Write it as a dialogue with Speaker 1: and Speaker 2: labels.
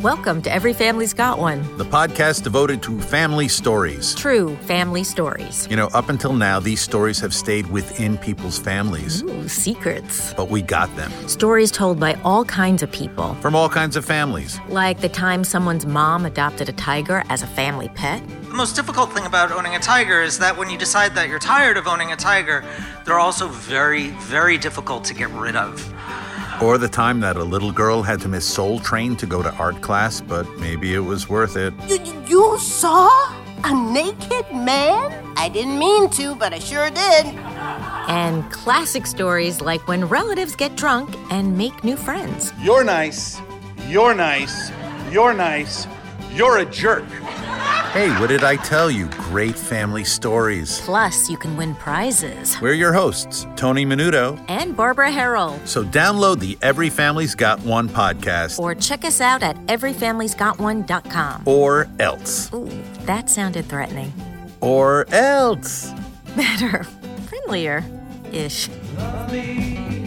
Speaker 1: Welcome to Every Family's Got One
Speaker 2: the podcast devoted to family stories.
Speaker 1: True Family Stories.
Speaker 2: You know, up until now, these stories have stayed within people's families,
Speaker 1: Ooh, secrets.
Speaker 2: but we got them
Speaker 1: Stories told by all kinds of people,
Speaker 2: from all kinds of families.
Speaker 1: like the time someone's mom adopted a tiger as a family pet.
Speaker 3: The most difficult thing about owning a tiger is that when you decide that you're tired of owning a tiger, they're also very, very difficult to get rid of.
Speaker 2: Or the time that a little girl had to miss Soul Train to go to art class, but maybe it was worth it.
Speaker 4: You, you saw a naked man? I didn't mean to, but I sure did.
Speaker 1: And classic stories like when relatives get drunk and make new friends.
Speaker 5: You're nice. You're nice. You're nice. You're a jerk.
Speaker 2: Hey, what did I tell you? Great family stories.
Speaker 1: Plus, you can win prizes.
Speaker 2: We're your hosts, Tony Menudo.
Speaker 1: And Barbara Harrell.
Speaker 2: So download the Every Family's Got One podcast,
Speaker 1: Or check us out at everyfamiliesgotone.com.
Speaker 2: or else.
Speaker 1: Ooh, that sounded threatening.
Speaker 2: Or else.
Speaker 1: Better. Friendlier. Ish.
Speaker 6: Love me